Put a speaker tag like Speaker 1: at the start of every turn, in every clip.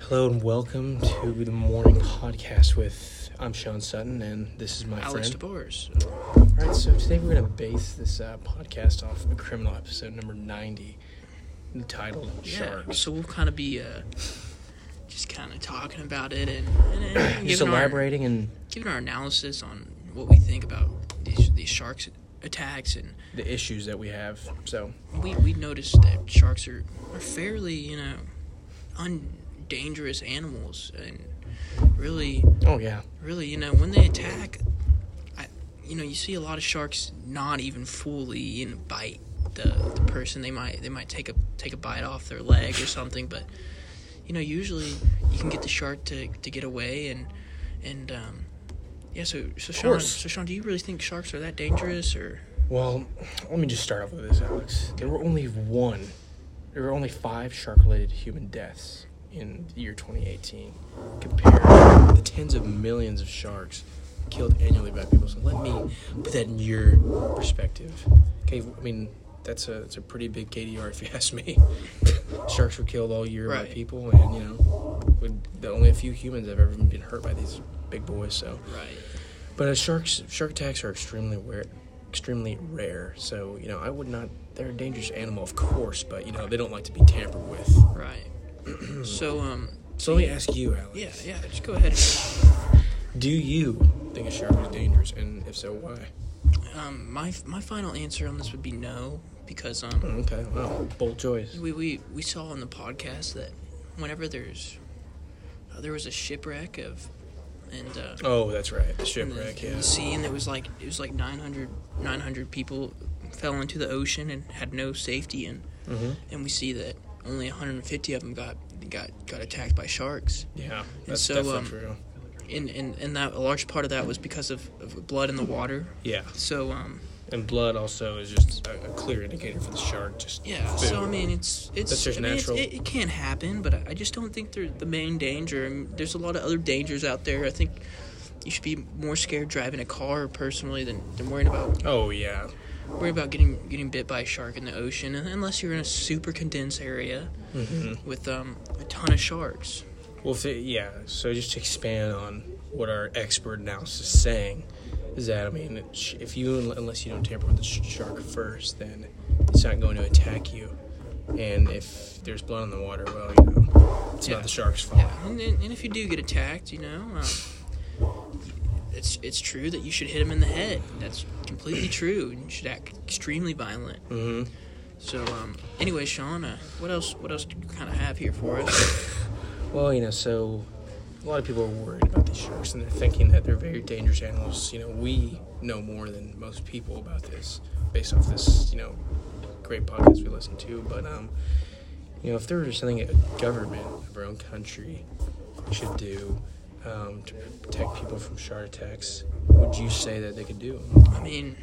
Speaker 1: Hello and welcome to the morning podcast with I'm Sean Sutton and this is my
Speaker 2: Alex
Speaker 1: friend. Oh,
Speaker 2: DeBoers.
Speaker 1: All right, so today we're going to base this uh, podcast off a criminal episode number 90 entitled
Speaker 2: Yeah.
Speaker 1: Sharks.
Speaker 2: So we'll kind of be uh, just kind of talking about it and, and, and
Speaker 1: Just
Speaker 2: giving, our,
Speaker 1: elaborating and
Speaker 2: giving our analysis on what we think about these, these sharks attacks and
Speaker 1: the issues that we have. So,
Speaker 2: we we noticed that sharks are, are fairly you know undangerous animals and really
Speaker 1: oh yeah.
Speaker 2: really you know when they attack I, you know you see a lot of sharks not even fully you know, bite the, the person they might they might take a take a bite off their leg or something but you know usually you can get the shark to, to get away and and um yeah so so Sean
Speaker 1: course.
Speaker 2: so Sean do you really think sharks are that dangerous or
Speaker 1: Well, let me just start off with this, Alex. There were only one, there were only five shark related human deaths in the year 2018 compared to the tens of millions of sharks killed annually by people. So let me put that in your perspective. Okay, I mean, that's a, that's a pretty big KDR if you ask me. sharks were killed all year by
Speaker 2: Right.
Speaker 1: people, and, you know, with the only a few humans have ever been hurt by these big boys, so.
Speaker 2: right
Speaker 1: But uh, sharks, shark attacks are extremely rare, extremely rare. So you know, I would not. They're a dangerous animal, of course, but you know, they don't like to be tampered with.
Speaker 2: right so um
Speaker 1: So let me ask you, Alex.
Speaker 2: yeah yeah just go ahead
Speaker 1: Do you think a shark is dangerous, and if so, why?
Speaker 2: um my my final answer on this would be no because um
Speaker 1: Hmm, Okay. Well, bold choice.
Speaker 2: We, we we saw on the podcast that whenever there's uh, there was a shipwreck of and uh,
Speaker 1: Oh, that's right. The
Speaker 2: in the,
Speaker 1: shipwreck.
Speaker 2: in
Speaker 1: Yeah.
Speaker 2: the sea and it was like it was like 900, 900 people fell into the ocean and had no safety and
Speaker 1: Mm-hmm.
Speaker 2: and we see that only 150 of them got got got attacked by sharks
Speaker 1: Yeah. That's
Speaker 2: so,
Speaker 1: definitely
Speaker 2: um,
Speaker 1: true.
Speaker 2: and, and and that a large part of that was because of, of blood in the water
Speaker 1: Yeah.
Speaker 2: so um
Speaker 1: And blood also is just a, a clear indicator for the shark. Just
Speaker 2: yeah
Speaker 1: food.
Speaker 2: so i mean it's it's
Speaker 1: That's just
Speaker 2: I mean, it's-
Speaker 1: natural.
Speaker 2: it, it can happen but I, I just don't think they're the main danger I mean, there's a lot of other dangers out there i think you should be more scared driving a car personally than, than worrying about
Speaker 1: Oh yeah.
Speaker 2: worrying about getting getting bit by a shark in the ocean un- unless you're in a super condensed area
Speaker 1: Mm-hmm.
Speaker 2: with um, a ton of sharks
Speaker 1: Well, if it- yeah. So just to expand on what our expert analysis is saying, is that I mean, it sh- if you unless you don't tamper with the sh- shark first, then it's not going to attack you. And if there's blood on the water, well, you know, it's
Speaker 2: Yeah.
Speaker 1: not the shark's fault.
Speaker 2: yeah and, then- and if you do get attacked you know um, it's it's true that you should hit them in the head that's completely true and you should act extremely violent
Speaker 1: hmm
Speaker 2: So, um, anyway, Sean, uh, what else? What else do you kind of have here for us?
Speaker 1: Well, you know, so a lot of people are worried about these sharks, and they're thinking that they're very dangerous animals. You know, we know more than most people about this, based off this, you know, great podcast we listen to. But um, you know, if there was something a government of our own country should do um, to protect people from shark attacks, would you say that they could do?
Speaker 2: I mean,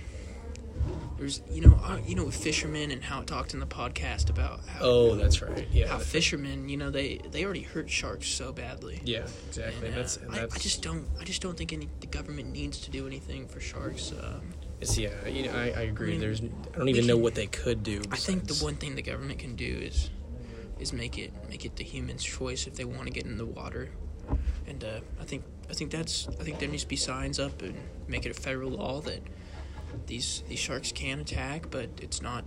Speaker 2: there's you know, uh, you know, with fishermen and how it talked in the podcast about how,
Speaker 1: Oh, that's right. Yeah.
Speaker 2: how fishermen, you know, they they already hurt sharks so badly.
Speaker 1: yeah,
Speaker 2: And,
Speaker 1: exactly.
Speaker 2: uh,
Speaker 1: And that's, and
Speaker 2: I,
Speaker 1: that's
Speaker 2: I just don't. I just don't think any the government needs to do anything for sharks. Um,
Speaker 1: it's, yeah. You know, I, I agree.
Speaker 2: mean,
Speaker 1: There's I don't
Speaker 2: we
Speaker 1: even know
Speaker 2: can-
Speaker 1: what they could do.
Speaker 2: I think the
Speaker 1: besides-
Speaker 2: one thing the government can do is is make it make it the human's choice if they want to get in the water. And uh, I think I think that's I think there needs to be signs up and make it a federal law that these these sharks can attack, but it's not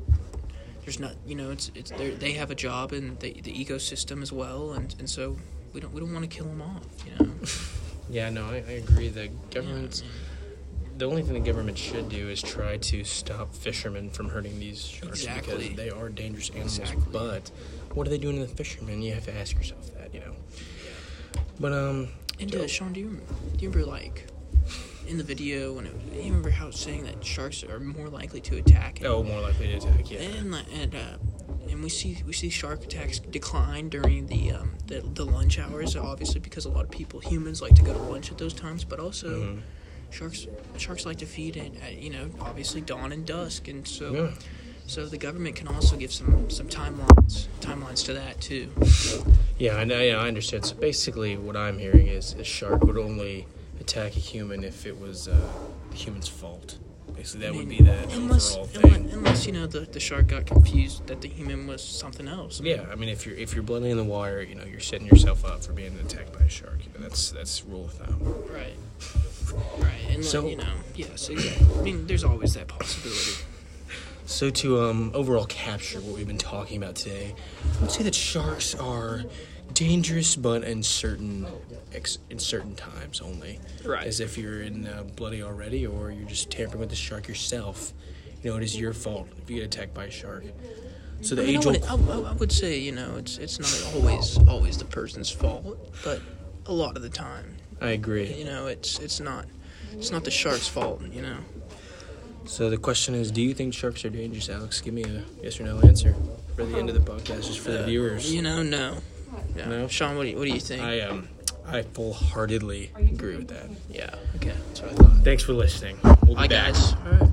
Speaker 2: there's not you know it's it's they're- they have a job in the the ecosystem as well, and, and so we don't we don't want to kill them off, you know.
Speaker 1: Yeah, no, I, I agree. The government's the only thing the government should do is try to stop fishermen from hurting these sharks
Speaker 2: Exactly.
Speaker 1: because they are dangerous animals.
Speaker 2: Exactly.
Speaker 1: But what are they doing to the fishermen? You have to ask yourself that, you know. But um,
Speaker 2: And uh, Sean, do you, do you remember like in the video when it, you remember how it's saying that sharks are more likely to attack? and-
Speaker 1: oh, more likely to attack. Yeah,
Speaker 2: And like, and uh, and we see we see shark attacks decline during the um the, the lunch hours, obviously because a lot of people humans like to go to lunch at those times, but also.
Speaker 1: Mm-hmm.
Speaker 2: Sharks, sharks like to feed at, at you know obviously dawn and dusk, and so
Speaker 1: Yeah.
Speaker 2: so the government can also give some some timelines timelines to that too.
Speaker 1: yeah, I know. Yeah, I understand. So basically, what I'm hearing is a shark would only attack a human if it was uh, the human's fault. Basically, that
Speaker 2: I
Speaker 1: would be
Speaker 2: mean,
Speaker 1: the
Speaker 2: unless,
Speaker 1: overall thing.
Speaker 2: unless, unless, you know the, the shark got confused that the human was something else.
Speaker 1: Yeah, I mean, if you're if you're blending in the water, you know, you're setting yourself up for being attacked by a shark. You know, that's that's rule of thumb.
Speaker 2: Right. Right. And
Speaker 1: So-
Speaker 2: so, you know, yes, exactly. I mean, there's always that possibility.
Speaker 1: So to um, overall capture what we've been talking about today, I would say that sharks are dangerous, but in certain ex- in certain times only.
Speaker 2: Right.
Speaker 1: As if you're in uh, bloody already, or you're just tampering with the shark yourself. You know, it is your fault if you get attacked by a shark. So the
Speaker 2: I, mean, I
Speaker 1: age
Speaker 2: would,
Speaker 1: old.
Speaker 2: I, I- I would say, you know, it's it's not always always the person's fault, but a lot of the time,
Speaker 1: I agree.
Speaker 2: you know, it's it's not it's not the shark's fault, you know.
Speaker 1: So the question is, do you think sharks are dangerous, Alex? Give me a yes or no answer for the end of the podcast, just for the viewers.
Speaker 2: You know, no. Yeah.
Speaker 1: No?
Speaker 2: Sean, what do you, what do you think?
Speaker 1: I um, I full-heartedly agree with that.
Speaker 2: yeah. Okay. That's what I thought.
Speaker 1: Thanks for listening. We'll be
Speaker 2: Bye,
Speaker 1: back.
Speaker 2: guys. All right.